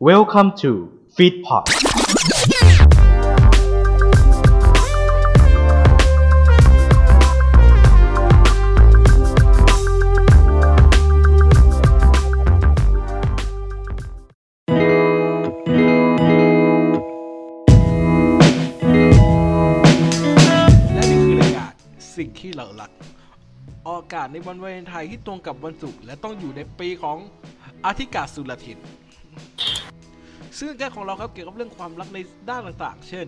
Welcome to Feedpot และนี่คือรายการสิ่งที่เรารัก ออกอากาศในวันวาเลนไทน์ที่ตรงกับวันศุกร์และต้องอยู่ในปีของอาทิกาสุรทิน ซึ่งแก้ของเราครับเกี่ยวกับเรื่องความรักในด้านต่างๆ เช่น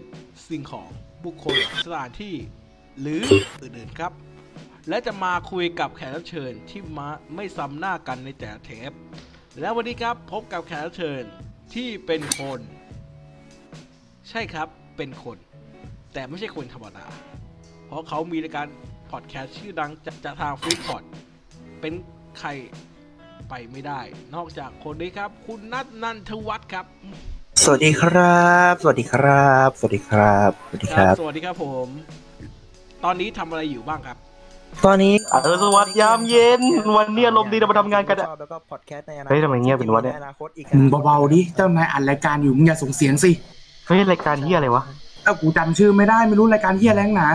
สิ่งของบุคคลสถานที่ หรืออื่นๆครับ และจะมาคุยกับแขกรับเชิญที่มาไม่ซ้ำหน้ากันในแต่ละเทป และวันนี้ครับพบกับแขกรับเชิญที่เป็นคน ใช่ครับเป็นคน แต่ไม่ใช่คนธรรมดา เพราะเขามีรายการพอดแคสต์ชื่อดังจากจากทางฟรีพอดเป็นใครไปไม่ได้ นอกจากคนนี้ครับ คุณนัทนันทวัฒน์ครับ สวัสดีครับ สวัสดีครับ สวัสดีครับ สวัสดีครับ สวัสดีครับผม ตอนนี้ทำอะไรอยู่บ้างครับ ตอนนี้ อรุณสวัสดิ์ยามเย็นวันนี้อารมณ์ดีเรามาทำงานกันอะ แล้วก็พอดแคสต์ในอนาคต เฮ้ยทำไมเงียบเป็นวะเนี่ย ใอนาคตอีก มึงเบาๆดิเจ้านายอัดรายการอยู่มึงอย่าส่งเสียงสิ เฮ้ย รายการเฮียอะไรวะ ถ้ากูจำชื่อไม่ได้ไม่รู้รายการเฮียแรงหนา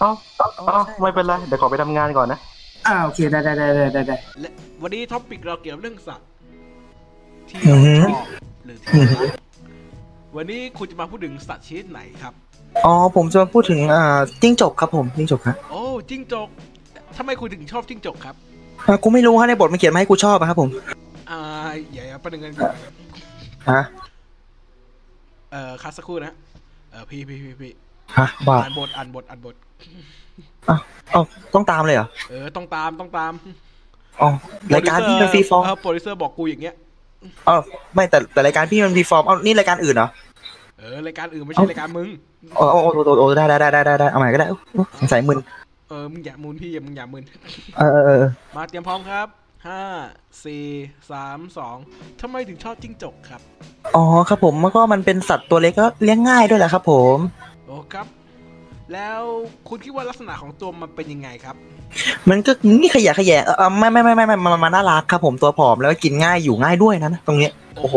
เอ้าเอ้าเอ้าไม่เป็นไร เดี๋ยวขอไปทำงานก่อนนะ อ่าโอเคได้ได้ได้ได้ได้ได้ และวันนี้ท็อปิกเราเกี่ยวกับเรื่องสัตว์ที่เราชอบหรือที่รักวันนี้คุณจะมาพูดถึงสัตว์ชนิดไหนครับ อ๋อผมจะมาพูดถึงอ่าจิ้งจกครับผมจิ้งจกครับ โอ้จิ้งจกทำไมคุณถึงชอบจิ้งจกครับ อ่ากูไม่รู้ฮะในบทมันเขียนมาให้กูชอบอะครับผม อ่าอย่าอย่าประเด็นกันก่อนครับ ฮะ เอ่อคัดสักครู่นะ เอ่อพี่พี่พี่พี่ ฮะบ้า อ่านบทอ่านบทอ่านบท เอ้าต้องตามเลยเหรอ เออต้องตามต้องตาม อ๋อรายการพี่มันฟรีฟอร์ม เโปรดิวเซอร์บอกกูอย่างเงี้ย อ๋อไม่แต่แต่รายการพี่มันฟรีฟอร์มเอ้านี่รายการอื่นเหรอ เออรายการอื่นไม่ใช่รายการมึง อ๋อโอ้โอ้โอ้โอ้ได้ได้ได้ได้ได้เอาใหม่ก็ได้อุ๊ยสงสัยมึน เออมึงอย่ามูนพี่อย่ามึงอย่ามึน เออเออเออ มาเตรียมพร้อมครับห้าสี่สามสองทำไมถึงชอบจิ้งจกครับ อ๋อครับผมแล้วก็มันเป็นสัตว์ตัวเล็กก็เลี้ยงง่ายด้วยแหละครับผม โอ้ครับ แล้วคุณคิดว่าลักษณะของตัวมันเป็นยังไงครับ มันก็นี่ขยะแขยะเออเออไม่ไม่ไม่ไม่ไม่มันมันมันน่ารักครับผมตัวผอมแล้วก็กินง่ายอยู่ง่ายด้วยนะตรงเนี้ยโอ้โห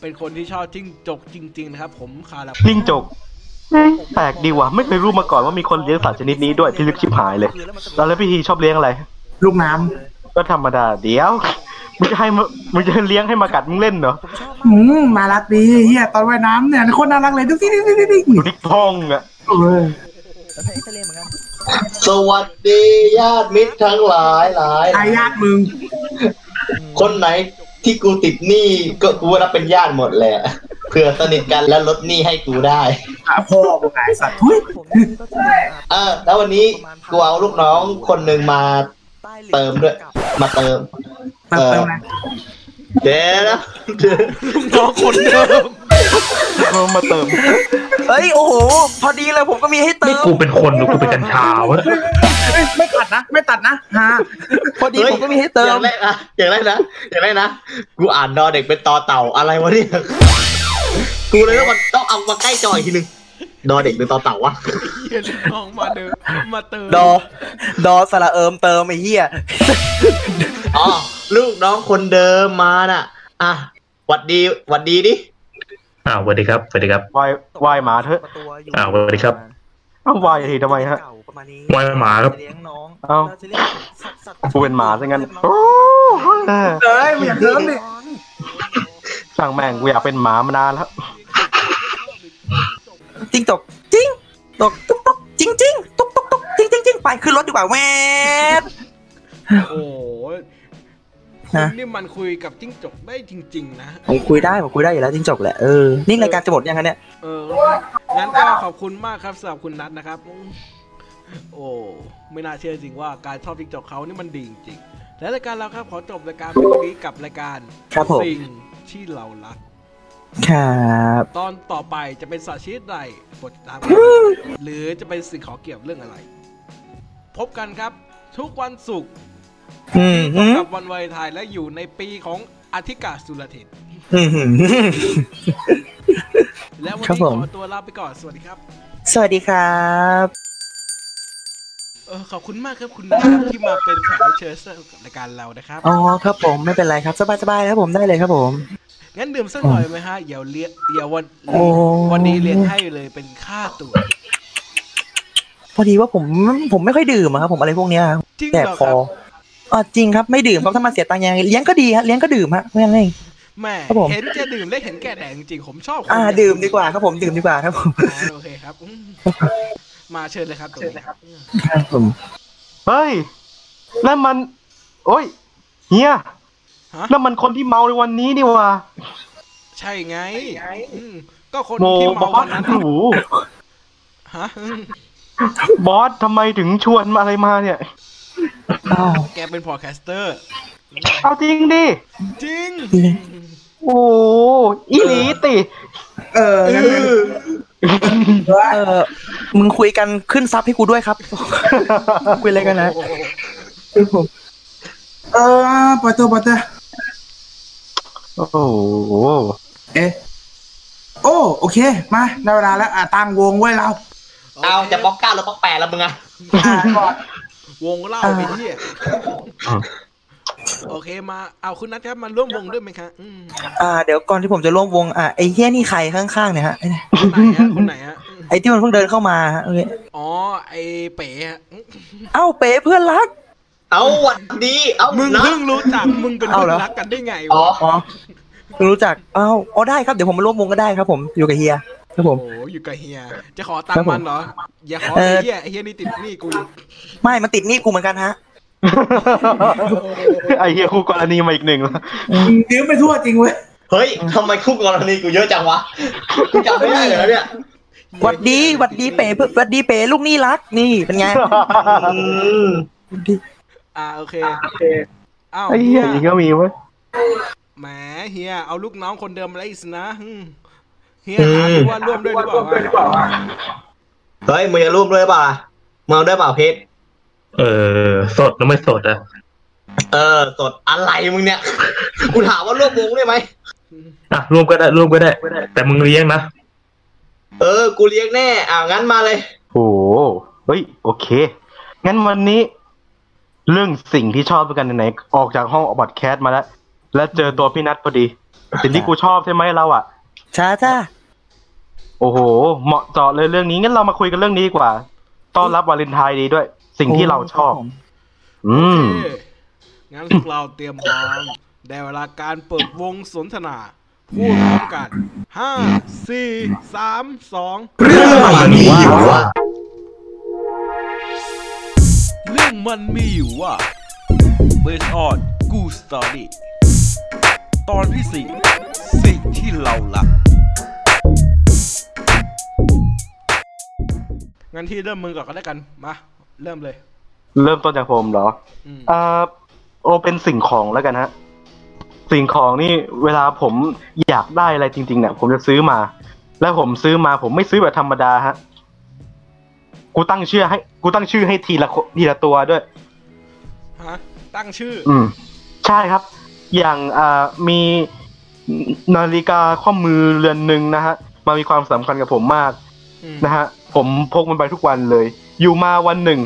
เป็นคนที่ชอบจิ้งจกจริง ๆ นะครับ ผมคาราบ จิ้งจกแปลกดีว่ะ ไม่เคยรู้มาก่อนว่ามีคนเลี้ยงสัตว์ชนิดนี้ด้วยพี่ลึกชิบหายเลย แล้วแล้วพี่ทีชอบเลี้ยงอะไร ลูกน้ำ ก็ธรรมดา เดี๋ยว มึงจะให้มามึงจะเลี้ยงให้มากัดมึงเล่นเหรอ อืมมารักดีเฮียตอนว่ายน้ำเนี่ยโคนน่ารักเลยดูสิดิดิดิดิ ดูดิกท่องอะ เออ สวัสดีญาติมิตรทั้งหลายหลาย ทายาทมึง คนไหนที่กูติดหนี้ก็กูรับเป็นญาติหมดแหละเผื่อสนิทกันแล้วลดหนี้ให้กูได้ อ่ะพ่อมึงไงสัตว์ทุย เออ แล้ววันนี้กูเอาลูกน้องคนหนึ่งมาเติมด้วย มาเติม เติมเติมนะ เดี๋ยวนะ ลู กน้องคนเดิม เอามาเติม เอ้ยโอ้โห พอดีเลยผมก็มีให้เติม กูเป็นคนหรือกูเป็นกัญชาวะ เอ้ยไม่ตัดนะ ไม่ตัดนะฮะ พอดีผมก็มีให้เติมอย่างแรกอะอย่างแรกนะอย่างแรกนะกูอ่านนอเด็กเป็นตอเต่าอะไรวะเนี่ยกูเลยต้องมันต้องเอามาใกล้จออีกทีนึงนอเด็กเป็นตอเต่าวะ เหี้ยลูกน้องมาเดิมมาเติม ดอ ดอสระเอิมเติมไอ้เหี้ย อ๋อลูกน้องคนเดิมมาน่ะอ่ะหวัดดีหวัดดีดิ อ่าสวัสดีครับสวัสดีครับ วายวายหมาเถอะ อ่าสวัสดีครับ เอ้าวายทีทำไมฮะ ประมาณนี้ วายหมาครับ เลี้ยงน้อง เอ้า รจะเรียกสัตว์สัตว์ กูเป็นหมาซะงั้นโอ้เออ เอ้ยมึงอย่าเติมดิ ช่างแม่งกูอยากเป็นหมามานานแล้ว จิ้งจกจิ้งตกตุ๊กตุ๊กจิ้งจิ้งตุ๊กตุ๊กตุ๊กจิ้งจิ้งจิ้งไปขึ้นรถดีกว่าแวด โอ้โหคุณ ฮะ นี่มันคุยกับจิ้งจกได้จริง ๆ นะ ผมคุยได้ผมคุยได้อยู่แล้วจิ้งจกแหละเออนี่รายการจะหมดยังคะเนี่ย เออ งั้นก็ขอบคุณมากครับสำหรับคุณนัทนะครับ โอ้ ไม่น่าเชื่อจริงว่าการชอบจิ้งจกเขานี่มันดีจริงๆ และรายการเราครับขอจบรายการวันนี้กับรายการ ครับผม สิ่งที่เรารัก ครับ ตอนต่อไปจะเป็นสัตว์ชนิดใดโปรดติดตามกันหรือจะเป็นสิ่งของเกี่ยวกับเรื่องอะไร พบกันครับ ทุกวันศุกร์ อืมอืม กับวันวาเลนไทน์และอยู่ในปีของอธิกาสุรเทน อืมอืม และวัน ครับ นี้ ผม ขอตัวลาไปก่อนสวัสดีครับ สวัสดีครับ เออขอบคุณมากครับคุณนัทที่มาเป็นแขกรับเชิญสำหรับรายการเรานะครับ อ๋อครับผมไม่เป็นไรครับ สบายๆครับผมได้เลยครับผม งั้นดื่มสักหน่อยไหมฮะ เดี๋ยวเลี้ยงเดี๋ยววัน โอ้ วันนี้เลี้ยงให้เลยเป็นค่าตั๋ว พอดีว่าผมผมไม่ค่อยดื่มอะครับผมอะไรพวกเนี้ยครับ จริง แต่ เหรอ พ ค อ รับ อ๋อจริงครับไม่ดื่มครับถ้ามาเสียตังค์ยังไงเลี้ยงก็ดีฮะเลี้ยงก็ดื่มฮะไม่งั้นไง แหม่ ครับผม เห็นจะดื่มและเห็นแก่แดงจริงๆผมชอบคน อ่า ย่ง ดื่มดีกว่าครับผมดื่มดีกว่าครับผม อ่าโอเคครับอืมมาเชิญเลยครับเชิญเลยครับ ครับผม เฮ้ยนั่นมัน โอ้ยเฮีย ฮะ นั่นมันคนที่เมาในวันนี้นี่หว่า ใช่ไงอืมก็คน โม ที่ บ เมา อ วั ส นนั้น หนู ฮะอืม บอสทำไมถึงชวนมาอะไรมาเนี่ย อ้าว แกเป็นพอดแคสเตอร์ เอาจริงดิ จริง โอ้อีหลีติ เอองั้น เออมึงคุยกันขึ้นซับให้กูด้วยครับ คุยอะไรกันนะคือผม เออปล่อยตัวปล่อยตัว โอ้โห เอ๊ะโอ้โอเค มาได้เวลาแล้วอ่ะตั้งวงไว้เรา เอาจะบล็อกเก้าหรือบอกแปดแล้วมึงอะ อ่ะก่อน วงเล่าไปที่ อ่า โอเคมา เอาคุณนัทครับมาร่วมวงด้วยไหมคะอื ม อ่าเดี๋ยวก่อนที่ผมจะร่วมวงอ่ะไอ้เฮี้ยนี่ใครข้างๆเนี่ยฮะไอ้เนี่ย คนไหนฮะคนไหนฮะอืม ไอ้ที่มันเพิ่งเดินเข้ามาฮะเอ้ย อ๋อ ไอเป๋ฮะอืม เอ้าเป๋เพื่อนรัก เอาหวัดดี เอา มึง นะ เพิ่งรู้จัก มึงเป็น เอา เพื่อ เหรอ นรักกันได้ไง อ๋อ วะ อ๋อรู้จักเอ้าอ๋อได้ครับเดี๋ยวผมมาร่วมวงก็ได้ครับผมอยู่กับเฮียครับผม โอ้อยู่กับเฮีย จะขอตัง ครับ ค์ ผม มันเหรอ อย่าขอ เอ่ ไอ้ อ เฮียไอ้เฮียนี่ติดหนี่กูอยู่ ไม่มันติดหนี่กูเหมือนกันฮะ ไอเฮียคู่กรณีมาอีกหนึ่งแล้ว ยืมไปทั่วจริงเว้ย เฮ้ย ทำไมคู่กรณีกูเยอะจังวะ กูจำไม่ได้เลยนะเนี่ย หวัดดีหวัดดีเป๋เพื่อนหวัดดีเป๋ลูกหนี่รักนี่เป็นไง อืม อ่าโอเคอ้าว ไอเฮี เฮี ย ย อย่างนี้ก็มีเว้ย แหมเฮีย เอาลูกน้องคนเดิมมาแล้วอีกสินะอืมเฮียถามดูว่าร่วมด้วยหรือเปล่าวะ เฮ้ย มึงจะรูปด้วยเปล่ามึงเอาด้วยเปล่าเพชร เออ สดหรือไม่สดอะ เออ สดอะไรมึงเนี่ย กูถามว่ารวบวงได้ไหม อ่ะร่วมก็ได้ร่วมก็ได้ แต่มึงเลี้ยงนะ เออ กูเลี้ยงแน่ อ่างั้นมาเลย โอ้โหเฮ้ย โอเค งั้นวันนี้ เรื่องสิ่งที่ชอบด้วยกันไหนๆออกจากห้องอบัดแคสมาแล้ว แล้วเจอตัวพี่นัทพอดี สิ่งที่กูชอบใช่ไหมเราอ่ะ ช้าจ้า โอ้โห เหมาะเจาะเลยเรื่องนี้ งั้นเรามาคุยกันเรื่องนี้ดีกว่า ต้อนรับวาเลนไทน์ดีด้วย สิ่งที่เราชอบ ผม อืม โอเคงั้นพวกเราเตรียมพร้อม ได้เวลาการเปิดวงสนทนา พูดพร้อมกันห้าสี่สามสองเรื่องมันมีอยู่ว่า based on good story ตอนที่สี่สิ่งที่เราลักงั้นที่เริ่มมือก่อนก็ได้กัน มา เริ่มเลย เริ่มต้นจากผมเหรอ อืม อ่าโอเป็นสิ่งของแล้วกันฮะ สิ่งของนี่เวลาผมอยากได้อะไรจริงๆเนี่ยผมจะซื้อมา แล้วผมซื้อมาผมไม่ซื้อแบบธรรมดาฮะ กูตั้งชื่อให้ กูตั้งชื่อให้ทีละคนทีละตัวด้วย ฮะ ตั้งชื่อ อืม ใช่ครับ อย่างอ่ามีนาฬิกาข้อมือเรือนหนึ่งนะฮะมามีความสำคัญกับผมมาก อืม นะฮะผมพกมันไปทุกวันเลย อยู่มาวันหนึ่ง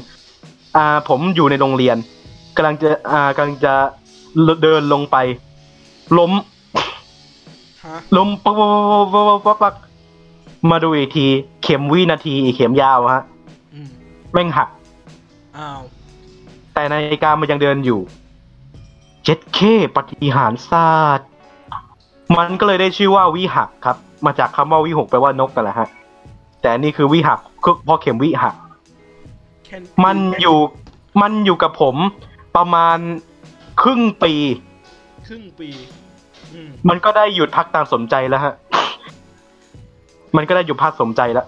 อ่า ผมอยู่ในโรงเรียนกำลังจะอ่ากำลังจะเดินลงไป ล้ม ฮะ ล้มปักปักปักปักปักปักมาดูอีกที เข็มวินาทีอีกเข็มยาวฮะ อืม แม่งหัก อ้าว แต่นาฬิกามันยังเดินอยู่เจ็ดเคปฏิหารศาสตร์มันก็เลยได้ชื่อว่าวิหักครับ มาจากคำว่าวิหกแปลว่านกกันแหละฮะ แต่อันนี่คือวิหักคือเพราะเข็มวิหัก Can มันอยู่มันอยู่กับผมประมาณครึ่งปี ครึ่งปี อืม มันก็ได้หยุดพักตามสมใจแล้วฮะ มันก็ได้หยุดพักสมใจแล้ว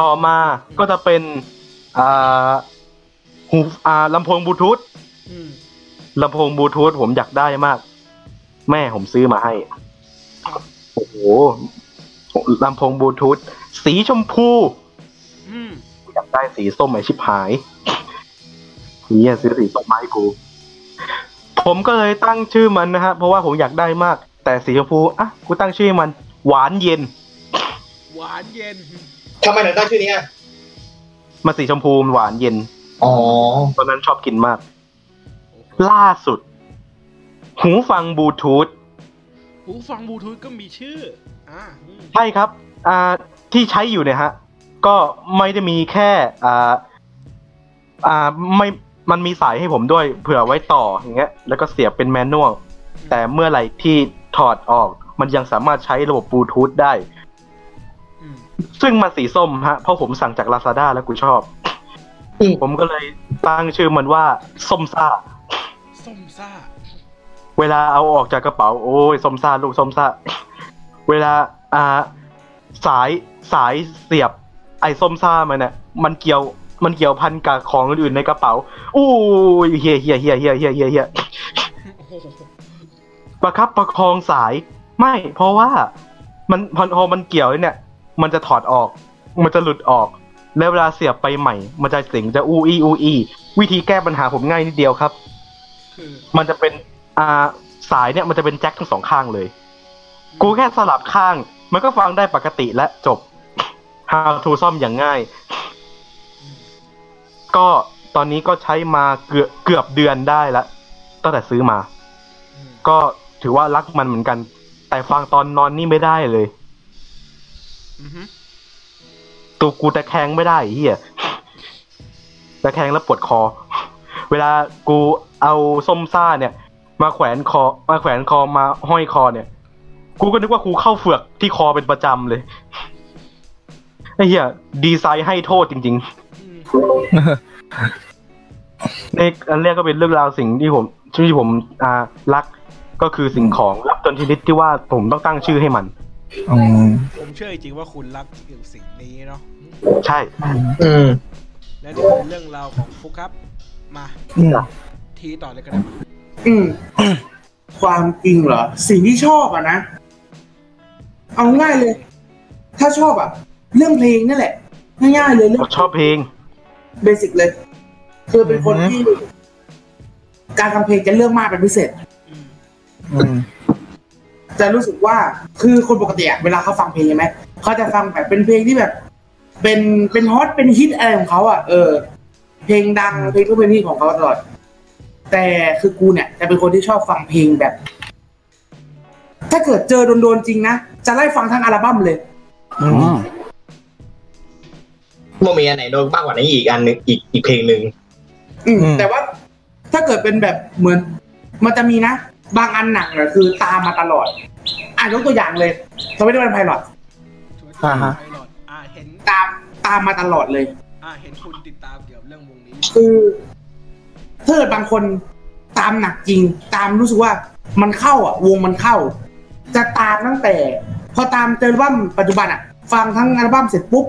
ต่อมาก็จะเป็นอ่าหูอ่าลำโพงบลูทูธ อืม ลำโพงบลูทูธผมอยากได้มาก แม่ผมซื้อมาให้ โอ้โหลำโพงบลูทูธสีชมพู อืม อยากได้สีส้มไหมชิบหายนี่ยซื้อสีส้มมาให้กู ผมก็เลยตั้งชื่อมันนะฮะ เพราะว่าผมอยากได้มาก แต่สีชมพูอ่ะกูตั้งชื่อให้มัน หวานเย็น หวานเย็น ทำไมถึงตั้งชื่อนี้อ่ะ มาสีชมพูมันหวานเย็น อ๋อ ตอนนั้นชอบกินมาก ล่าสุด หูฟังบลูทูธ หูฟังบลูทูธก็มีชื่อ อ่าอืม ใช่ครับอ่าที่ใช้อยู่เนี่ยฮะ ก็ไม่ได้มีแค่อ่าอ่าไม่มันมีสายให้ผมด้วย เผื่อไว้ต่ออย่างเงี้ยแล้วก็เสียบเป็นแมนนวลแต่เมื่อไหร่ที่ถอดออก มันยังสามารถใช้ระบบบลูทูธได้ อืม ซึ่งมันสีส้มฮะ เพราะผมสั่งจาก Lazada แล้วกูชอบ อืม ผมก็เลยตั้งชื่อมันว่า ส้มซ่า ส้มซ่า เวลาเอาออกจากกระเป๋า โอ้ยส้มซ่าลูกส้มซ่า เวลาอ่าสายสายเสียบ ไอ้ส้มซ่ามันเนี่ยมันเกี่ยวมันเกี่ยวพันกับของอื่นๆในกระเป๋าอู้ยเฮียเฮียเฮียเฮียเฮียเฮียเฮีย โอ้โห ประคับประคองสายไม่เพราะว่า มันพอพอมันเกี่ยวเนี่ย มันจะถอดออก มันจะหลุดออก แล้วเวลาเสียบไปใหม่ มันจะเสียงจะอู้อีอู้อีวิธีแก้ปัญหาผมง่ายนิดเดียวครับ คือ มันจะเป็นอ่าสายเนี่ยมันจะเป็นแจ็คทั้งสองข้างเลย กูแค่สลับข้าง มันก็ฟังได้ปกติและจบ How to ซ่อมอย่างง่าย ก็ตอนนี้ก็ใช้มาเกือบเกือบเดือนได้ละตั้งแต่ซื้อมา อืม ก็ถือว่ารักมันเหมือนกัน แต่ฟังตอนนอนนี่ไม่ได้เลย อืม ตัวกูตะแคงไม่ได้ไอ้เฮียตะแคงแล้วปวดคอ เวลากูเอาส้มซ่าเนี่ย มาแขวนคอ มาแขวนคอมาห้อยคอเนี่ย กูก็นึกว่ากูเข้าเฟือกที่คอเป็นประจำเลยไอ้เหี้ยดีไซน์ให้โทษจริง อืม ๆในอันแรกก็เป็นเรื่องราวสิ่งที่ผมที่ผมอ่ารักก็คือสิ่งของรักจนชนิดที่ว่าผมต้องตั้งชื่อให้มัน อืม ผมเชื่อจริงๆว่าคุณรักสิ่งนี้เนาะ ใช่ อืม และนี่คือเรื่องราวของฟุกครับ มา อืม ทีต่อเลยก็ได้มา อืม ความจริงเหรอ สิ่งที่ชอบอะนะ เอาง่ายเลย ถ้าชอบอะเรื่องเพลงนี่แหละ ง่ายๆเลยเรื่อง ชอบเพลง เบสิกเลย คือเป็นคน อือฮึ ที่ การทำเพลงจะเรื่องมากเป็นพิเศษ อืม อืม จะรู้สึกว่าคือคนปกติอะเวลาเขาฟังเพลงใช่ไหมเขาจะฟังแบบเป็นเพลงที่แบบ เป็นเป็นฮอตเป็นฮิตอะไรของเขาอ่ะเออ เพลงดังเพลงทุกเพลงที่ของเขาตลอด แต่คือกูเนี่ยจะเป็นคนที่ชอบฟังเพลงแบบ ถ้าเกิดเจอโดนๆจริงนะจะไล่ฟังทั้งอัลบั้มเลย ว่ามีอันไหนโดนมากกว่านี้อีกอันหนึงอีกอีกเพลงหนึ่ง อืม อืม แต่ว่าถ้าเกิดเป็นแบบเหมือน มันจะมีนะ บางอันหนังอะคือตามมาตลอด อ่ะยกตัวอย่างเลยสมัยที่เป็นไพลอต ช่วย อ่าฮะ ไพลอตอ่าเห็น ตามตามมาตลอดเลย อ่าเห็นคุณติดตามเกี่ยวกับเรื่องวงนี้ คือถ้าเกิดบางคนตามหนักจริง ตามรู้สึกว่ามันเข้าอ่ะ วงมันเข้า จะตามตั้งแต่ พอตามเจออัลบั้มปัจจุบันอ่ะ ฟังทั้งอัลบั้มเสร็จปุ๊บ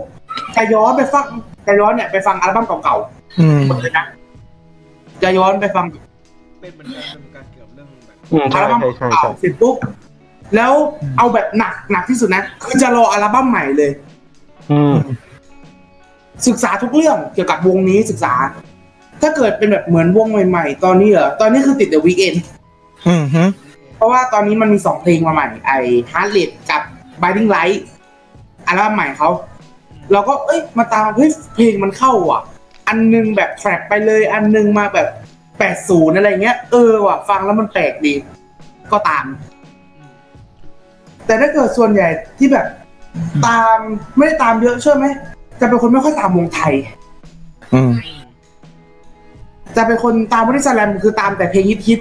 จะย้อนไปฟังจะย้อนเนี่ยไปฟังอัลบั้มเก่า อืม ๆหมดเลยนะจะย้อนไปฟัง เป็นเหมือนกันเป็นเหมือนกันเกี่ยวกับเรื่องแบบ อืม อั ใช่ ลบั้ม ใช่ใช่ เก่า ใช่ เสร็จปุ๊บแล้วเอาแบบหนักหนักที่สุดนะ คือจะรออัลบั้มใหม่เลย อืม ศึกษาทุกเรื่องเกี่ยวกับวงนี้ศึกษา ถ้าเกิดเป็นแบบเหมือนวงใหม่ๆ ตอนนี้เหรอตอนนี้คือติด The Weeknd อืมฮึ เพราะว่าตอนนี้มันมีสองเพลงมาใหม่ ไอ้ Heart Rate กับ Blinding Light อัลบั้มใหม่เขา เราก็เอ้ยมาตามเฮ้ยเพลงมันเข้าอ่ะ อันนึงแบบแทร็กไปเลย อันนึงมาแบบแปดศูนย์อะไรเงี้ยเออว่ะฟังแล้วมันแปลกดีก็ตาม อืม แต่ถ้าเกิดส่วนใหญ่ที่แบบ ตามไม่ได้ตามเยอะเชื่อไหมจะเป็นคนไม่ค่อยตามวงไทย อืม อืม จะเป็นคนตามบริสแลมคือตามแต่เพลงฮิต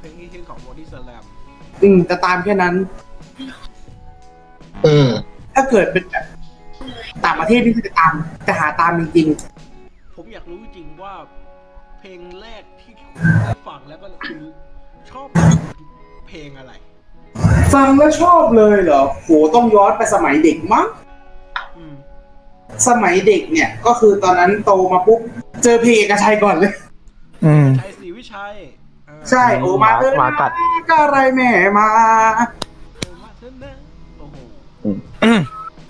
เพลงนี้ชื่อของบอดี้สแลม ๆอืมจะตามแค่นั้น อืม ถ้าเกิดเป็นแบบต่างประเทศนี่คือจะตามจะหาตามจริง ผมอยากรู้จริงว่า เพลงแรกที่คุณได้ฟังแล้วก็คือชอบเพลงอะไร ๆฟังแล้วชอบเลยเหรอโหต้องย้อนไปสมัยเด็กมั้ง อืม สมัยเด็กเนี่ย ก็คือตอนนั้นโตมาปุ๊บเจอเพลงเอกชัยก่อนเลย อืม ชัยศรีวิชัยอ่า ใช่โอมาเลย หมา นะ กัด ก็อะไรแหม่มา โอ้มาเถอะนะโอ้โห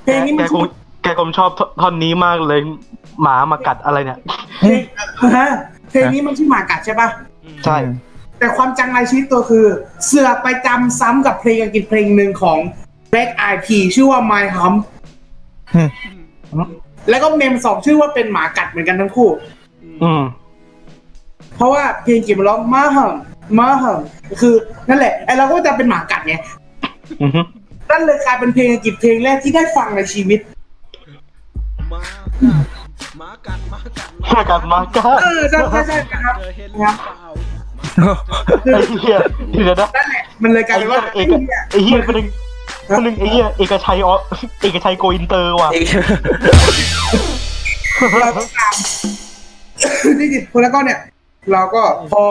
เพลงนี้ แก มัน คงแกคงชอบท่อนนี้มากเลย หมามากัดอะไรเนี่ย เพลงฮะเพลงนี้มันชื่อหมากัดใช่ปะ อืม ใช่ แต่ความจังไรชีวิตตัวคือ เสือกไปจำซ้ำกับเพลงอังกฤษเพลงหนึ่งของ Black Eyed Peas ชื่อว่า My Hump อืม แล้วก็เมมสองชื่อว่าเป็นหมากัดเหมือนกันทั้งคู่ อืม อืม เพราะว่าเพลงอังกฤษมันร้อง My Hump มาเหอะคือนั่นแหละไอเราก็จะเป็นหมากัดไง อือฮึ นั่นเลยกลายเป็นเพลงอังกฤษเพลงแรกที่ได้ฟังในชีวิต มากัดมากัดมากัด มากัดมากัด เออใช่ใช่ใช่ครับ เจอเฮนรี่เปล่า ไอ้เหี้ยเดี๋ยวนะ นั่นแหละ มันเลยกลา ไอ้ ยเป็เหี้ยนเอกว่าไอ้เหี้ยคนหนึ่งคนหนึ่งไอ้เหี้ยเอกชัยอ๋อเอกชัยโกอินเตอร์ว่ะ อีก เราก็ตามนี่ดิคนแล้วก็เนี่ย เราก็พอ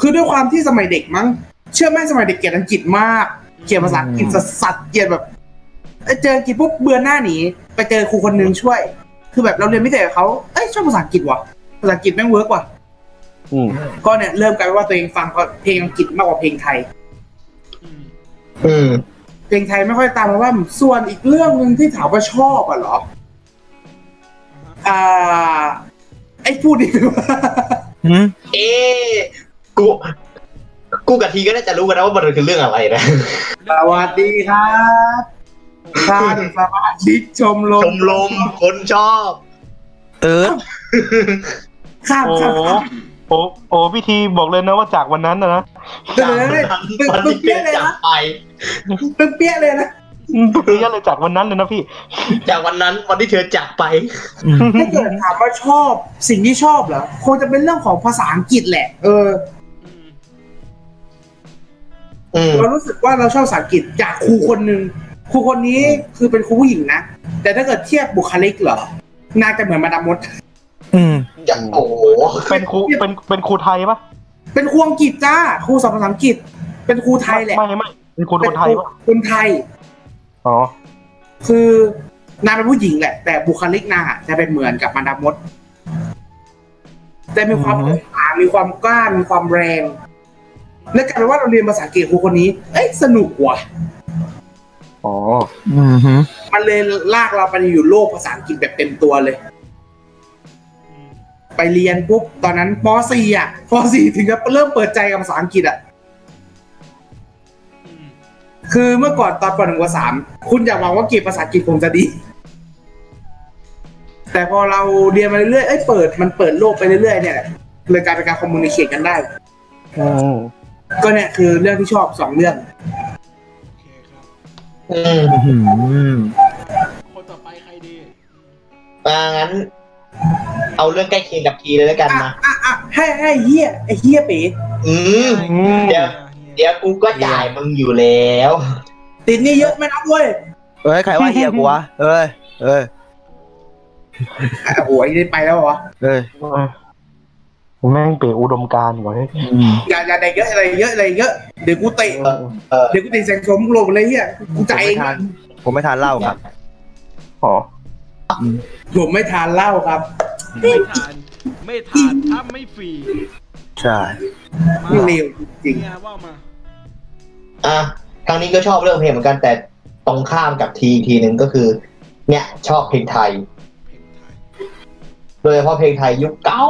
คือด้วยความที่สมัยเด็กมั้ง เชื่อไหมสมัยเด็กเกลียดอังกฤษมาก เกลียดภาษาอังกฤษสัสๆเกลียดแบบเอ้ยเจออังกฤษปุ๊บเบือนหน้าหนีไปเจอครูคนหนึงช่วย คือแบบเราเรียนไม่เสร็จกับเขาเอ้ยชอบภาษาอังกฤษว่ะภาษาอังกฤษแม่งเวิร์กว่ะ อืม ก็เนี่ยเริ่มกลายเป็นว่าตัวเองฟังก็เพลงอังกฤษมากกว่าเพลงไทย อืม อืม เพลงไทยไม่ค่อยตามเพราะว่าส่วนอีกเรื่องหนึ่งที่ถามว่าชอบอ่ะเหรอ อ่า ไอ้พูดดีกว่า หืม เอ๊ะกู กูกับทีก็น่าจะรู้กันนะว่ามันคือเรื่องอะไรนะ สวัสดีครับท่านสมาชิกชมรม ชมรมคนชอบ เติร์ด ข้าม โอ้ ข้ามข้าม โอ้โอ้พิธีบอกเลยนะว่าจากวันนั้นนะนะ ตึงเลย ทั้ง ตึง วัน ตึ ที่ งเปี้ยเลเป็นย จาก นะ ไป ตึงเปี้ยเลยนะ เรียกเลยจากวันนั้นเลยนะพี่ จากวันนั้นวันที่เธอจากไป ถ้าเกิดถามว่าชอบสิ่งที่ชอบเหรอคงจะเป็นเรื่องของภาษาอังกฤษแหละ เออ อืม อืม เรารู้สึกว่าเราชอบภาษาอังกฤษจากครูคนหนึ่งครูคนนี้คือเป็นครูผู้หญิงนะ แต่ถ้าเกิดเทียบบุคลิกเหรอน่าจะเหมือนมาดามมด อืม อยากโอ้โห เป็นครูเป็นเป็นครูไทยปะ เป็นครูอังกฤษจ้าครูสอนภาษาอังกฤษ เป็นครูไทยแหละ ไม่ไม่เป็นครูคนไทยปะ เป็นคนไทย อ๋อ คือนางเป็นผู้หญิงแหละ แต่บุคลิกนางอะจะเป็นเหมือนกับมาดามมด แต่มีความ อืม ขามีความกล้ามีความแรง และกลายเป็นว่าเราเรียนภาษาอังกฤษครูคนนี้ เอ้ยสนุกว่ะ อ๋อ อืมหืม มันเลยลากเราไปอยู่โลกภาษาอังกฤษแบบเต็มตัวเลย ไปเรียนปุ๊บ ตอนนั้นป .4 อ่ะป .4 ถึงจะเริ่มเปิดใจกับภาษาอังกฤษอ่ะ อืม คือเมื่อก่อนตอนปหนึ่งปสามคุณอยากหวังว่าเกรดภาษาอังกฤษผมจะดี แต่พอเราเรียนมาเรื่อยๆเอ้ยเปิดมันเปิดโลกไปเรื่อยๆเนี่ยเลยกลายเป็นการคอมมูนิเคชกันได้ อืม ก็เนี่ยคือเรื่องที่ชอบสองเรื่อง โอเคครับ อืม คนต่อไปใครดี อ่างั้น เอาเรื่องใกล้เคียงกับทีเลยแล้วกัน อ่ะ นะ อ่ะอ่ะให้ให้เฮียไอ้เฮียเป๋ อืม เดี๋ยว เดี๋ยวกูก็จ่ายมึงอยู่แล้ว ติดหนี่เยอะไหมน้องเว้ย เอ้ย ใครว่าเฮียกูวะ เอ้ย เอ้ย อ่ะโอ้ยนี่ไปแล้วเหรอ เอ้ย แม่งเปรอุดมการณ์ไว้ย อย่าอย่าอะไรเยอะอะไรเยอะอะไรเยอะเดี๋ยวกูเตะ เออ เออ เดี๋ยวกูเตะแสงสมโลงเลยเฮียกูจ่ายเอง ผมไม่ทัน ผมไม่ทานเหล้าครับ อ๋อ ผมไม่ทานเหล้าครับ ไม่ทาน ไม่ทานถ้าไม่ฟรี ใช่ มา ไม่เลวจริง เนี่ยว่ามา อ่ะทางนี้ก็ชอบเรื่องเพลงเหมือนกันแต่ตรงข้ามกับทีอีกทีหนึ่งก็คือ เนี่ย ชอบเพลงไทย เพลงไทย โดยเฉพาะเพลงไทยยุคเก่า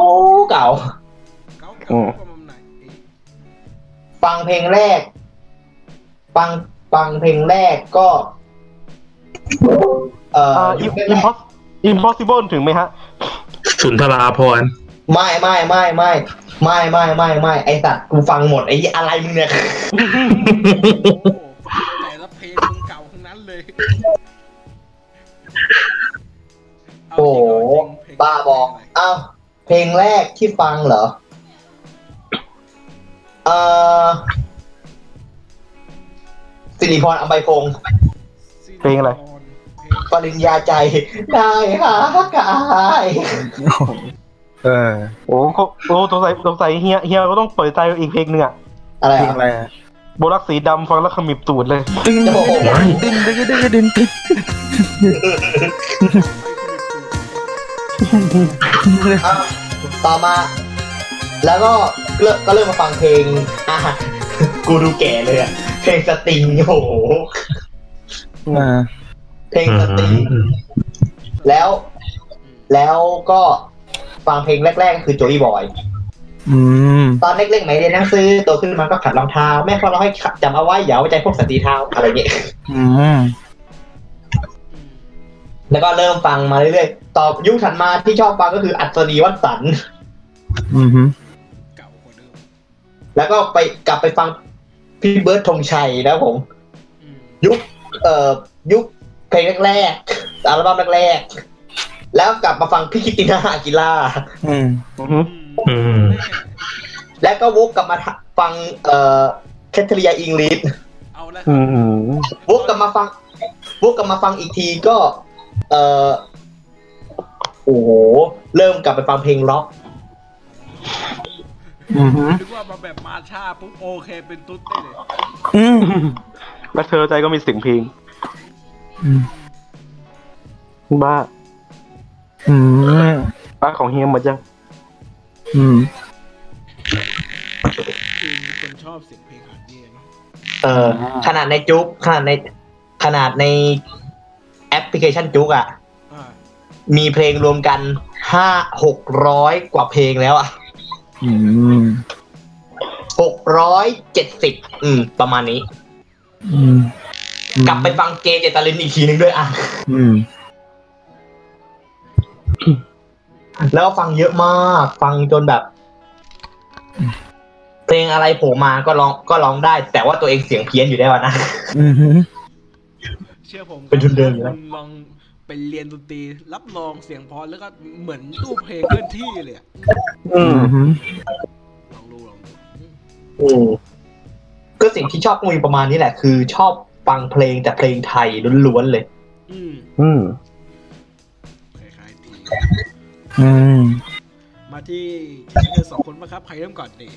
เก่า เก้า อื เก้าม ประมาณไหนเอ๊ะ ๆฟังเพลงแรก ฟังฟังเพลงแรกก็ เอ่ เอ่ อ อ ยุคแร อิมพกอสอิมพอสิเบิลถึงไหมฮะ สุนทราพรณ์ ไม่ไม่ไม่ไม่ไม่ไม่ไม่ไม่ไอสัตว์กูฟังหมดไอ้อะไรมึงเนี่ย โอ้โหแต่ละเพลงมึงเก่าทั้งนั้นเลยเา โอ้โห จริงเาจริงเพลง บ้าบออ้าวเพลงแรกที่ฟังเหรอ เอ่อสิริพรอัมไพพงศ์ ซี เพลงอะไร เพลง ปริญญาใจ ได้หากาย เออ โอ้โหโอ้สงสัยสงสัยเฮียเฮียก็ต้องเปิดใจอีกเพลงหนึ่งอะ อะไร เพลง อ่ะ อะไรอะ โบลักสีดำฟังแล้วขมิบตูดเลย ตึงตึงตึงตึงตึงตึง อ้าวต่อมา แล้วก็เลิกก็เริ่มมาฟังเพลงอ่ะกูดูแก่เลยอะเพลงสตริงโอ้โห อ่า เพลงสตริง แล้ว แล้วก็ฟังเพลงแรกๆก็คือโจ y ี o บอย อืม ตอนเล็กๆไหนเรียนหนังสือโตขึ้นมาก็ขัดรองเท้า แม่เขาเราให้จำเอาไว้อย่าไว้ใจพวกสตรีเท้าอะไรเงี้ย อืม อืม แล้วก็เริ่มฟังมาเรื่อยๆ ต่อยุคถัดมาที่ชอบฟังก็คืออัศนีวัสันต์ อืม เก่ากว่าเดิม แล้วก็ไปกลับไปฟังพี่เบิร์ดธงชัยนะครับผม อืม ยุคเอ่อยุคเพลงแรกๆอัลบั้มแรกๆแล้วกลับมาฟังพี่คิตินาอากิล่า อืม อือฮึ อืม แม่ แล้วก็วกกลับมาฟังเอ่อแคทเธอรียอิงลิส เอาละ อืม วกกลับมาฟังวกกลับมาฟังอีกทีก็ เอ่อโอ้โหเริ่มกลับไปฟังเพลงร็อก อือฮึ นึกว่ามาแบบมาชาปุ๊บโอเคเป็นตุ๊ดได้เลย อืม แล้วเธอใจก็มีเสิ่งเพลงบ้า อืม บ้าของเฮียหมดยัง อืม คือมีคนชอบเสียงเพลงฮันดี้เนาะ เออ ขนาดในจุ๊กขนาดในขนาดในแอปพลิเคชันจุ๊กอะ อ่า มีเพลงรวมกันห้าหกร้อยกว่าเพลงแล้วอะ อืม หกร้อยเจ็ดสิบอืม ประมาณนี้ อืม กลับไปฟังเจเจตาลินอีกทีหนึ่งด้วยอ่ะ อืม แล้วฟังเยอะมาก ฟังจนแบบ เพลงอะไรโผล่มาก็ร้องก็ร้องได้ แต่ว่าตัวเองเสียงเพี้ยนอยู่ได้วะนะ อืม เชื่อผม เป็นทุนเดิมอยู่แล้ว คุณลองไปเรียนดนตรีรับรองเสียงเพอแล้วก็เหมือนตู้เพลงเคลื่อนที่เลยอะ อืม อืม ลองดูลองดูอืม อืมก็สิ่งที่ชอบมีประมาณนี้แหละ คือชอบฟังเพลงแต่เพลงไทยล้วนๆเลย อืม อืม คล้ายๆที อืม มาที่ที่เธอสองคนมางครับ ใครเริ่มก่อนดี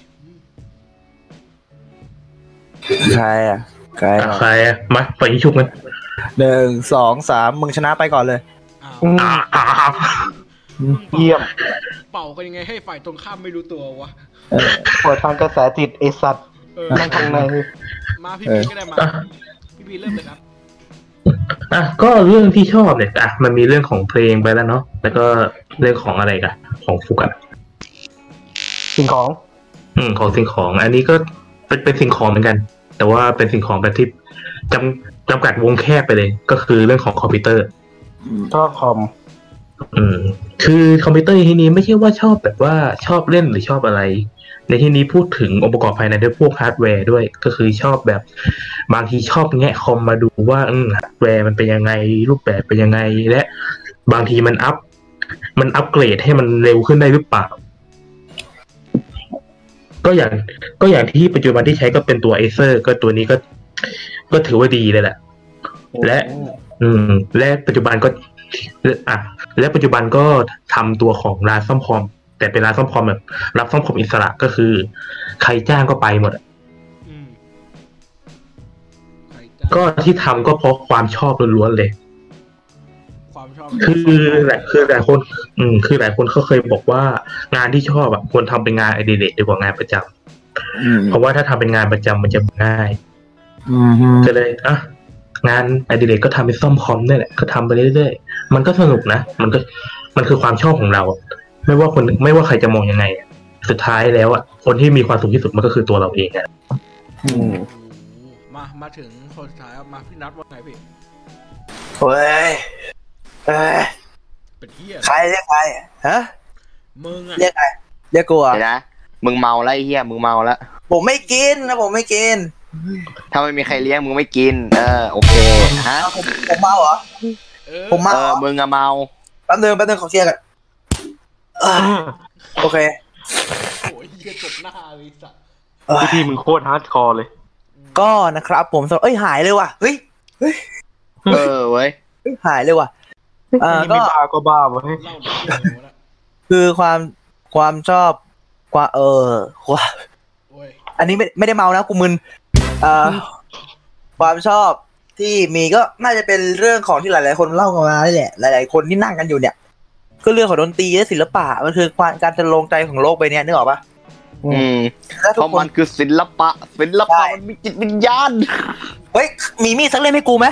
ใครอ่ะ ใครอ่ะ ใครอะมาปล่อยที่ชุบกัน หนึ่งสองสามมึงชนะไปก่อนเลย อ้าว อืม อ่าอ่าอ่า เยี่ยม เป่ากันยังไงให้ฝ่ายตรงข้ามไม่รู้ตัววะ เออ เปิดทางกระแสจิตไอสัตว์ เออ นั่งข้างใน มาพี่ เอ พี อ ก็ได้มา พี่พีเริ่มเลยครับ อ่ะก็เรื่องที่ชอบเนี่ยอ่ะมันมีเรื่องของเพลงไปแล้วเนาะแล้วก็เรื่องของอะไรกันของฟุกอะ สิ่งของ อืมของสิ่งของ อันนี้ก็เป็นเป็นสิ่งของเหมือนกัน แต่ว่าเป็นสิ่งของแบบที่จำจำกัดวงแคบไปเลย ก็คือเรื่องของคอมพิวเตอร์ ก็คอม อืม คือคอมพิวเตอร์ในที่นี้ไม่ใช่ว่าชอบแบบว่าชอบเล่นหรือชอบอะไร ในที่นี้พูดถึงองค์ประกอบภายในด้วยพวกฮาร์ดแวร์ด้วย ก็คือชอบแบบบางทีชอบแงะคอมมาดูว่าอืมฮาร์ดแวร์มันเป็นยังไง รูปแบบเป็นยังไง และบางทีมันอัพ มันอัปเกรดให้มันเร็วขึ้นได้หรือเปล่า ก็อย่างก็อย่างที่ปัจจุบันที่ใช้ก็เป็นตัวเอเซอร์ก็ตัวนี้ก็ ก็ถือว่าดีเลยแหละ และ อืม และปัจจุบันก็และอ่ะ และปัจจุบันก็ทำตัวของร้านซ่อมคอมแต่เป็นร้านซ่อมคอมแบบ รับซ่อมคอมอิสระก็คือ ใครจ้างก็ไปหมดอะ อืมใครจะ ก็ที่ทำก็เพราะความชอบล้วนๆเลย ความชอบ คือหลายคือหลายคน อืม คือหลายคนเขาเคยบอกว่า งานที่ชอบอ่ะควรทำเป็นงานอดิเรกดีกว่างานประจำ อืม เพราะว่าถ้าทำเป็นงานประจำมันจะง่าย อืม ก็เลยอ่ะงานอดิเรกก็ทำเป็นซ่อมคอมนี่แหละก็ทำไปเรื่อยๆ มันก็สนุกนะ มันก็มันคือความชอบของเรา ไม่ว่าคนไม่ว่าใครจะมองยังไงอะสุดท้ายแล้วอ่ะคนที่มีความสุขที่สุดมันก็คือตัวเราเองอะ โอ้โหมา มาถึงคนสุดท้ายครับมาพี่นัทว่าไงพี่ เฮ้ยเฮ้ย เป็นเฮีย ใครเรียกใคร ฮะ มึงอะ เรียกใคร เรียกกูเหรอ่ะ เดี๋ยวนะ มึงเมาแล้วไอ้เหี้ย มึงเมาแล้ว ผมไม่กินนะผมไม่กิน ถ้าไม่มีใครเลี้ยงมึงไม่กิน เออ โอเค ฮะ อ้าวผมผมเมาเหรอ เออ ผม เอ เมาเหร อ อ มึงอะเมา แป๊บนึงแป๊บนึงขอเคลียร์กันอ่ะโอเค โอ้ยเฮียจบหน้าเลยสัตว์ พี่พี่มึงโคตรฮาร์ดคอร์เลย ก็นะครับผมสำหรับเอ้ยหายเลยว่ะ เฮ้ย เออเว้ย เฮ้ยหายเลยว่ะเอ่อ ไม่ ก็ บ้าก็บ้าเว้ย เล่าหน่อยเดี๋ยวนะ คือความความชอบความเออความ โอ้ย อันนี้ไม่ไม่ได้เมานะกูมึนเอ่อความชอบที่มีก็น่าจะเป็นเรื่องของที่หลาย ๆ คนเล่ากันมานี่แหละหลาย ๆ คนที่นั่งกันอยู่เนี่ยก็เรื่องของดนตรีและศิลปะมันคือความการจะลงใจของโลกไปเนี้ยนึกออกปะ อืม ถ้า เพ ทุก ราะ ค มัน นคือศิลปะ ศิล ใช่ ปะมันมีจิตวิญญาณ เฮ้ยมีมีดสักเล่มให้กูไหม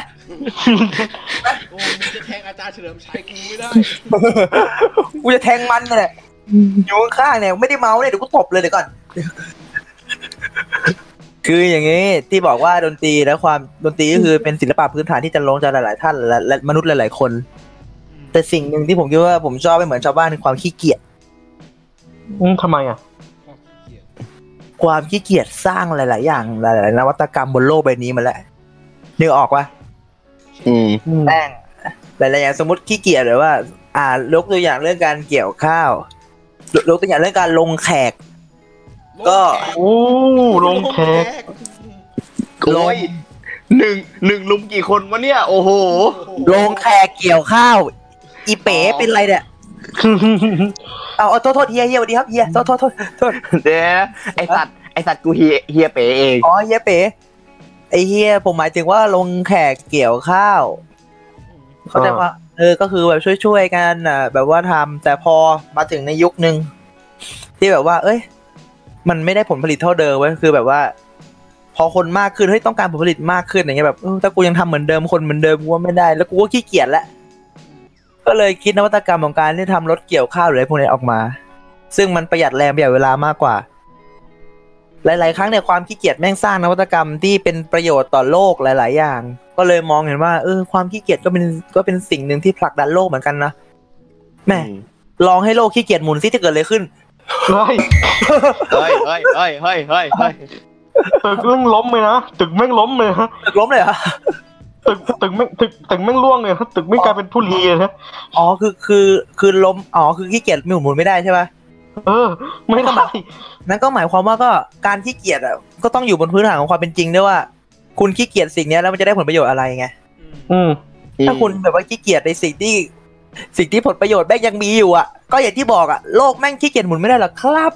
โอ้ยมึงจะแทงอาจารย์เฉลิมชัยกูไม่ได้ กูจะแทงมันนั่นแหละอยู่ข้างๆเนี่ยไม่ได้เมาเนี่ยเดี๋ยวกูตบเลยเดี๋ยวก่อน คืออย่างนี้ที่บอกว่าดนตรีและความดนตรีก็คือเป็นศิลปะพื้นฐานที่จะลงใจหลาย ๆ ท่านและและมนุษย์หลาย ๆ คน แต่สิ่งหนึ่งที่ผมคิดว่าผมชอบไม่เหมือนชาวบ้านคือความขี้เกียจ อืมทำไมอ่ะ ความขี้เกียจ ความขี้เกียจสร้างหลาย ๆ อย่างหลาย ๆ นวัตกรรมบนโลกใบนี้มาแล้วนึกออกปะ อืม แป้งหลายๆอย่างสมมติขี้เกียจหรือว่า อ่ายกตัวอย่างเรื่องการเกี่ยวข้าวยกยกตัวอย่างเรื่องการลงแขก ก็ โอ้ลงแขก โอ้ยหนึ่งหนึ่งลุมกี่คนวะเนี่ย โอ้โห ลงแขกเกี่ยวข้าว อีเป๋ อ๋อ เป็นไรเนี่ยเอาเอาโทษโทษเฮียเฮียสวัสดีครับเฮียโทษโทษโทษโทษ เดี๋ยวนะไอสัตว์ไอสัตว์กูเฮียเฮียเป๋เอง อ๋อเฮียเป๋ไอเฮียผมหมายถึงว่าลงแขกเกี่ยวข้าว เขาใจว่าเออก็คือแบบช่วยๆกันอ่ะแบบว่าทำแต่พอมาถึงในยุคหนึ่งที่แบบว่า เอ้ย มันไม่ได้ผลผลิตเท่าเดิมเว้ยคือแบบว่า พอคนมากขึ้นเฮ้ยต้องการผลผลิตมากขึ้นอย่างเงี้ยแบบเออถ้ากูยังทำเหมือนเดิมคนเหมือนเดิมกูว่าไม่ได้ แล้วกูก็ขี้เกียจละก็เลยคิดนวัตกรรมของการที่ทำรถเกี่ยวข้าวหรืออะไรพวกนี้ออกมา ซึ่งมันประหยัดแรงประหยัดเวลามากกว่า หลาย ๆ ครั้งเนี่ยความขี้เกียจแม่งสร้างนวัตกรรมที่เป็นประโยชน์ต่อโลกหลาย ๆ อย่าง ก็เลยมองเห็นว่าเออความขี้เกียจก็เป็นก็เป็นสิ่งหนึ่งที่ผลักดันโลกเหมือนกันนะแหม่ลองให้โลกขี้เกียจหมุนสิจะเกิดอะไรขึ้น เฮ้ย เฮ้ยเฮ้ยเฮ้ยเฮ้ยเฮ้ยเฮ้ย ตึกแม่งล้มเลยนะตึกแม่งล้มเลยฮะ ตึกล้มเลยเหรอ ตึกตึกแม่งตึกตึกแม่งร่วงเลยฮะตึกแม่งกลายเป็นทุลีเลยฮะ อ๋อคือคือคือล้มอ๋อคือขี้เกียจหมุนหมุนไม่ได้ใช่ปะ เออ ไม่ได้ นั่นก็หมายความว่าก็การขี้เกียจอ่ะก็ต้องอยู่บนพื้นฐานของความเป็นจริงด้วยว่า คุณขี้เกียจสิ่งเนี้ยแล้วมันจะได้ผลประโยชน์อะไรไง อืม ถ้าคุณแบบว่าขี้เกียจในสิ่งที่ สิ่งที่ผลประโยชน์แม่งยังมีอยู่อ่ะ ก็อย่างที่บอกอ่ะโลกแม่งขี้เกียจหมุนไม่ได้หรอกครับ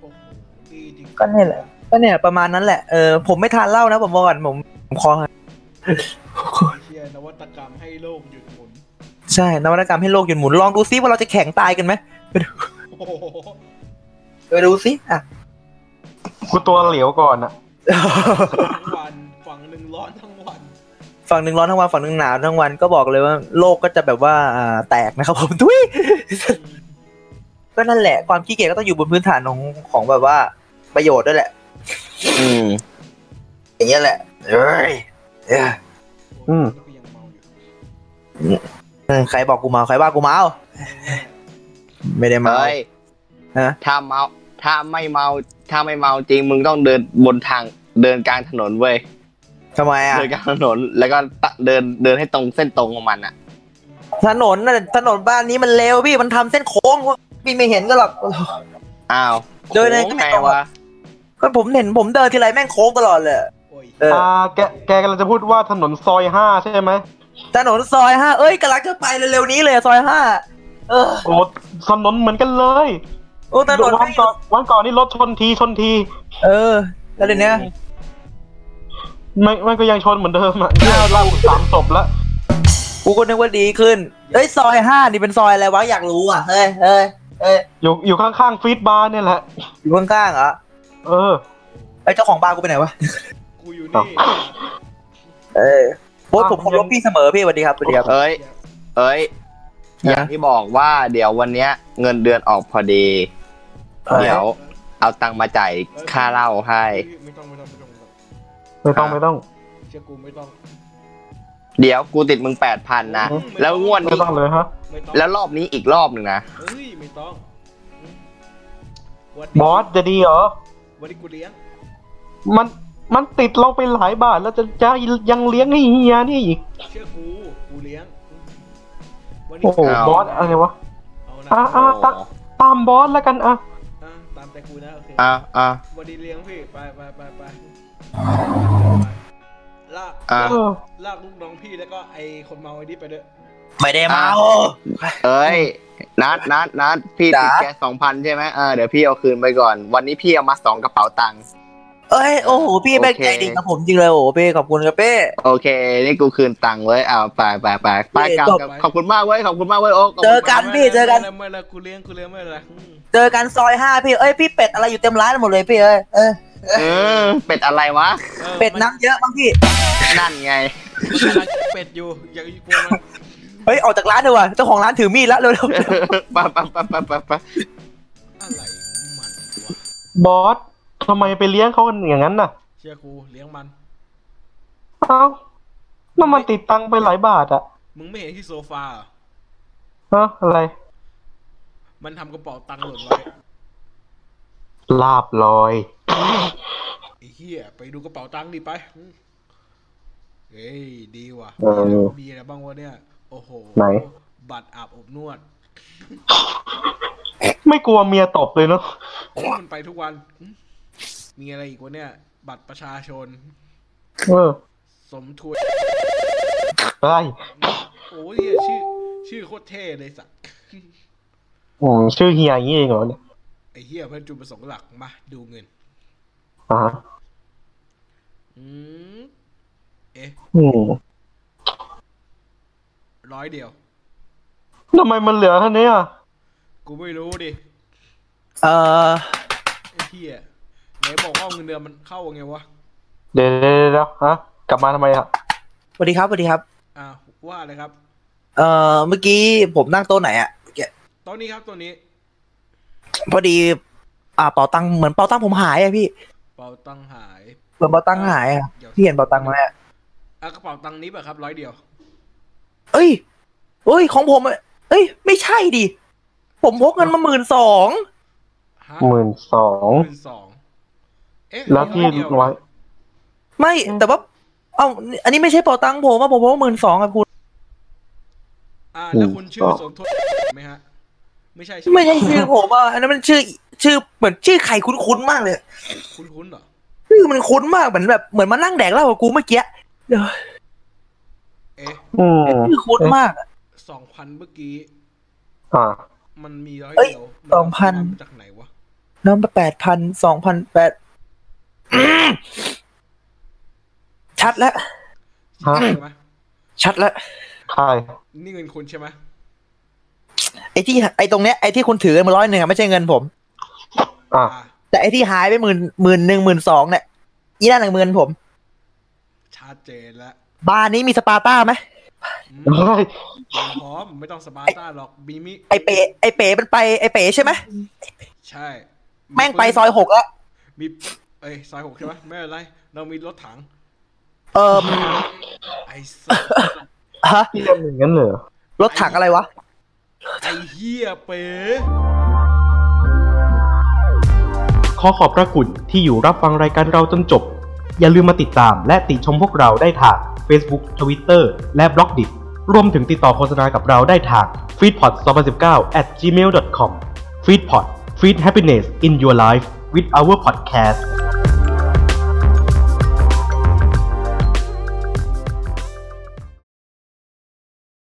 โอ้โหดีจริง ก็เนี่ยแหละ ก็เนี่ยประมาณนั้นแหละเออผมไม่ทานเหล้านะผมบอกก่อนผมผมคอ เชียนวัตกรรมให้โลกหยุดหมุน ใช่นวัตกรรมให้โลกหยุดหมุนลองดูซิว่าเราจะแข็งตายกันไหม โอ้โห ไปดูซิอ่ะ กูตัวเหลวก่อนอะ ทั้งวันฝั่งหนึ่งร้อนทั้งวัน ฝั่งหนึ่งร้อนทั้งวันฝั่งหนึ่งหนาวทั้งวันก็บอกเลยว่าโลกก็จะแบบว่าอ่าแตกนะครับผมทุย ก็นั่นแหละความขี้เกียจก็ต้องอยู่บนพื้นฐานของของแบบว่าประโยชน์ด้วยแหละ อืม อย่างเงี้ยแหละเอ้ยเอ้ย อืม โโหยังเมาอยู่ เออใครบอกกูเมาใครว่ากูเมาไม่ได้เมา เฮ้ย ฮะ ถ้าเมา ถ้าไม่เมา ถ้าไม่เมาจริง มึงต้องเดินบนทาง เดินกลางถนนเว้ย ทำไมอ่ะ เดินกลางถนน แล้วก็ตะเดิน เดินให้ตรงเส้นตรงของมันอ่ะ ถนนน่ะถนนบ้านนี้มันเลวพี่มันทำเส้นโค้งพี่ไม่เห็นก็หรอก อ้าว เดินใน โค้งไงวะ ก็ผมเห็นผมเดินทีไรแม่งโค้งตลอดเลย โอ้ย เออ อ่าแกแกกำลังจะพูดว่าถนนซอยห้าใช่ไหม ถนนซอยห้าเอ้ยกำลังจะไปเร็วๆนี้เลยซอยห้าเออ โอ้ถนนเหมือนกันเลย โอ้ถนน วันก่อนวันก่อนนี่รถชนทีชนที เออ แล้วเดี๋ยวนี้ ไม่ไม่ก็ยังชนเหมือนเดิมอ่ะเนี่ยเล่าสามศพแล้ว กูก็นึกว่าดีขึ้น เอ้ยซอยห้านี่เป็นซอยอะไรวะอยากรู้อ่ะ เฮ้ยเฮ้ยเฮ้ย อยู่อยู่ข้างๆฟีดบาร์เนี่ยแหละ อยู่ข้างๆเหรอ เออ ไอ้ยเจ้าของบาร์กูไปไหนวะ กูอยู่นี่ เออโบสผมเคารพพี่เสมอพี่สวัสดีครับสวัสดีครับ เอ้ย เอ้ย อย่างที่บอกว่าเดี๋ยววันเนี้ย เงินเดือนออกพอดี เออ เดี๋ยว เอาตังค์มาจ่ายค่าเหล้าให้ ไม่ต้องไม่ต้องไม่ต้องไม่ต้อง ไม่ต้องไม่ต้อง เชื่อกูไม่ต้อง เดี๋ยวกูติดมึงแปดพันนะ แล้วงวด ไม่ นี้ ต้องเลยฮะ ไม่ต้อง แล้วรอบนี้อีกรอบหนึ่งนะ เฮ้ยไม่ต้องอืมวัน บ นี้ อสจะดีเหรอ วันนี้กูเลี้ยง มันมันติดเราไปหลายบาทแล้วจะจะยังเลี้ยงให้เฮียนี่อีก เชื่อกู กูเลี้ยงอืมวันนี้ โอ้โห เอา บอสอะไรวะ เอานะ อ่ะ เ อ่ะ ตัก ตามบอสแล้วกันอ่ะ อาตามใจกูนะโอเค อ่ะอ่ะ วันนี้เลี้ยงพี่ ไปไปไปไปลาก อ่ะ เออ ลากลูกน้องพี่แล้วก็ไอคนเมาไอ้นี่ไปด้วย ไม่ได้เมา เอ้ย นัดนัดนัดพี่ติด จ๋า แค่สองพันใช่ไหมเออเดี๋ยวพี่เอาคืนไปก่อน วันนี้พี่เอามาสองกระเป๋าตังค์ เอ้ยโอ้โหพี่แม่ง โอเค ใจดีกับผมจริงเลยโอ้โหเป้ขอบคุณครับเป้ โอเค นี่กูคืนตังค์ไว้เอาไปไปไปไปกลับ จบ กลับขอบคุณมากเว้ย ขอบคุณมากเว้ยโอ๊คขบคุณ เจอกั มาน พี่เจอกัน ไม่ไม่ละกูเลี้ยงกูเลี้ยงไม่ละอืม เจอกันซอยห้าพี่เอ้ยพี่เป็ดอะไรอยู่เต็มร้านหมดเลยพี่เอ้ยเอ้ย เออ เป็ดอะไรวะ ออ เป็ด มั น้ำเยอะบ้างพี่ นั่นไง มันกำลังเป็ดอยู่อย่ากลัวมัน เฮ้ยออกจากร้านเลยว่ะเจ้าของร้านถือมีดละเร็วๆ ไปไปไปไปไปไป อะไรมันวะ บอสทำไมไปเลี้ยงเขากันอย่างนั้นน่ะ เชื่อกูเลี้ยงมัน เอ้านั่นมันติดตังค์ไปหลายบาทอะ มึงไม่เห็นที่โซฟาเหรอ ฮะอะไร มันทำกระเป๋าตังค์หล่นไว้ ลาบลอย ไอ้เหี้ยไปดูกระเป๋าตังค์ดิไปอืมเฮ้ยดีว่ะ เออ มีอะไรบ้างวะเนี่ย โอ้โห ไหน บัตรอาบอบนวด ไม่กลัวเมียตบเลยเนาะ มันไปทุกวันอืมมีอะไรอีกวะเนี่ย บัตรประชาชน เออ สมทุน ไอ้ โอ้ยเหี้ยชื่อ ชื่อโคตรเท่เลยสัตว์ อืมชื่อเฮียอย่างนี้เองเหรอเนี่ย ไอ้เหี้ยเพื่อนจุดประสงค์หลักมาดูเงิน อ่าฮะ อืมเอ๊ะ อืม ร้อยเดียว ทำไมมันเหลือเท่านี้อ่ะ กูไม่รู้ดิ เอ่อ ไอ้เหี้ยไหนบอกว่าเงินเดือนมันเข้าไงวะ เดี๋ยวเดี๋ยวเดี๋ยวเดี๋ยวฮะ กลับมาทำไมอ่ะ สวัสดีครับสวัสดีครับ อ่าว่าเลยครับ เอ่อเมื่อกี้ผมนั่งโต๊ะไหนอะเมื่อกี้ โตัวนี้ครับตัวนี้ พอดี อ่าเป๋าตังค์เหมือนเป๋าตังค์ผมหายอะพี่ เป๋าตังค์หาย เหมือนเป๋าตังค์หายอะ ดี๋ยว พี่เห็นเป๋าตังค์ไหมอะ อ่ะกระเป๋าตังค์นี้ป่ะครับร้อยเดียว เอ้ยเอ้ยของผมอะเอ้ย ไม่ใช่ดิผมพกเงินมาหมื่นสอง ฮะ หมื่นสอง หมื่นสองเอ๊ะ แล้วที่ ร้อยเดียว ร้อย ไม่แต่ว่า เอ้าอันนี้ไม่ใช่เป๋าตังค์ผมอะผมพกหมื่นสองครับคุณ อ่าแล้วคุณชื่อ หมื่น ส สอง มทบไหมฮะ ไม่ใช่ ไม่ใช่ชื่อผมอ่ะ อันนั้นมันชื่อชื่อเหมือนชื่อใครคุ้นๆมากเลย คุณคุ้นๆเหรอ ชื่อมันคุ้นมากเหมือนแบบเหมือนมานั่งแดกเหล้ากับกูเมื่อกี้ เอ๊ะ อืม ชื่อคุ้นมาก สองพันเมื่อกี้ อ่า มันมีร้อย เอ้ย เดียวมั สองพัน เอามาจากไหนวะ น้ำแปดพันสองพันแปดชัดแล้ว ฮะ ใช่ไหม ชัดแล้ว ใคร นี่เงินคุณใช่ไหม ไอ้ที่ไอ้ตรงเนี้ยไอ้ที่คุณถือกันมาร้อยหนึ่งอะไม่ใช่เงินผม อ่า อ่ะ แต่ไอ้ที่หายไปหมื่นหมื่นหนึ่งหมื่นสองเนี่ยอีนั่นหนึ่งหมื่นผม ชัดเจนแล้ว บ้านนี้มีสปาร์ต้าไหม อืม เฮ้ย พร้อมไม่ต้องสปาร์ต้าหรอกบีมิ ไอ้เป๋ไอ้เป๋มันไปไอ้เป๋ใช่ไหม ใช่ แม่งไปซอยหกแล้ว มีเอ้ยซอยหกใช่ไหมไม่เป็นไร เรามีรถถัง เออ ไอ้สั ส ฮะ ที่เป็นอย่างนั้นเหรอ รถถังอะไรวะ ไอ้เหี้ยเป๋ ขอขอบพระคุณที่อยู่รับฟังรายการเราจนจบ อย่าลืมมาติดตามและติชมพวกเราได้ทาง Facebook Twitter และ b ล็อกดิรวมถึงติดต่อโฆษณากับเราได้ทาง f e e d p o t 2019 at gmail.com f e e d p o t f e e d happiness in your life with our podcast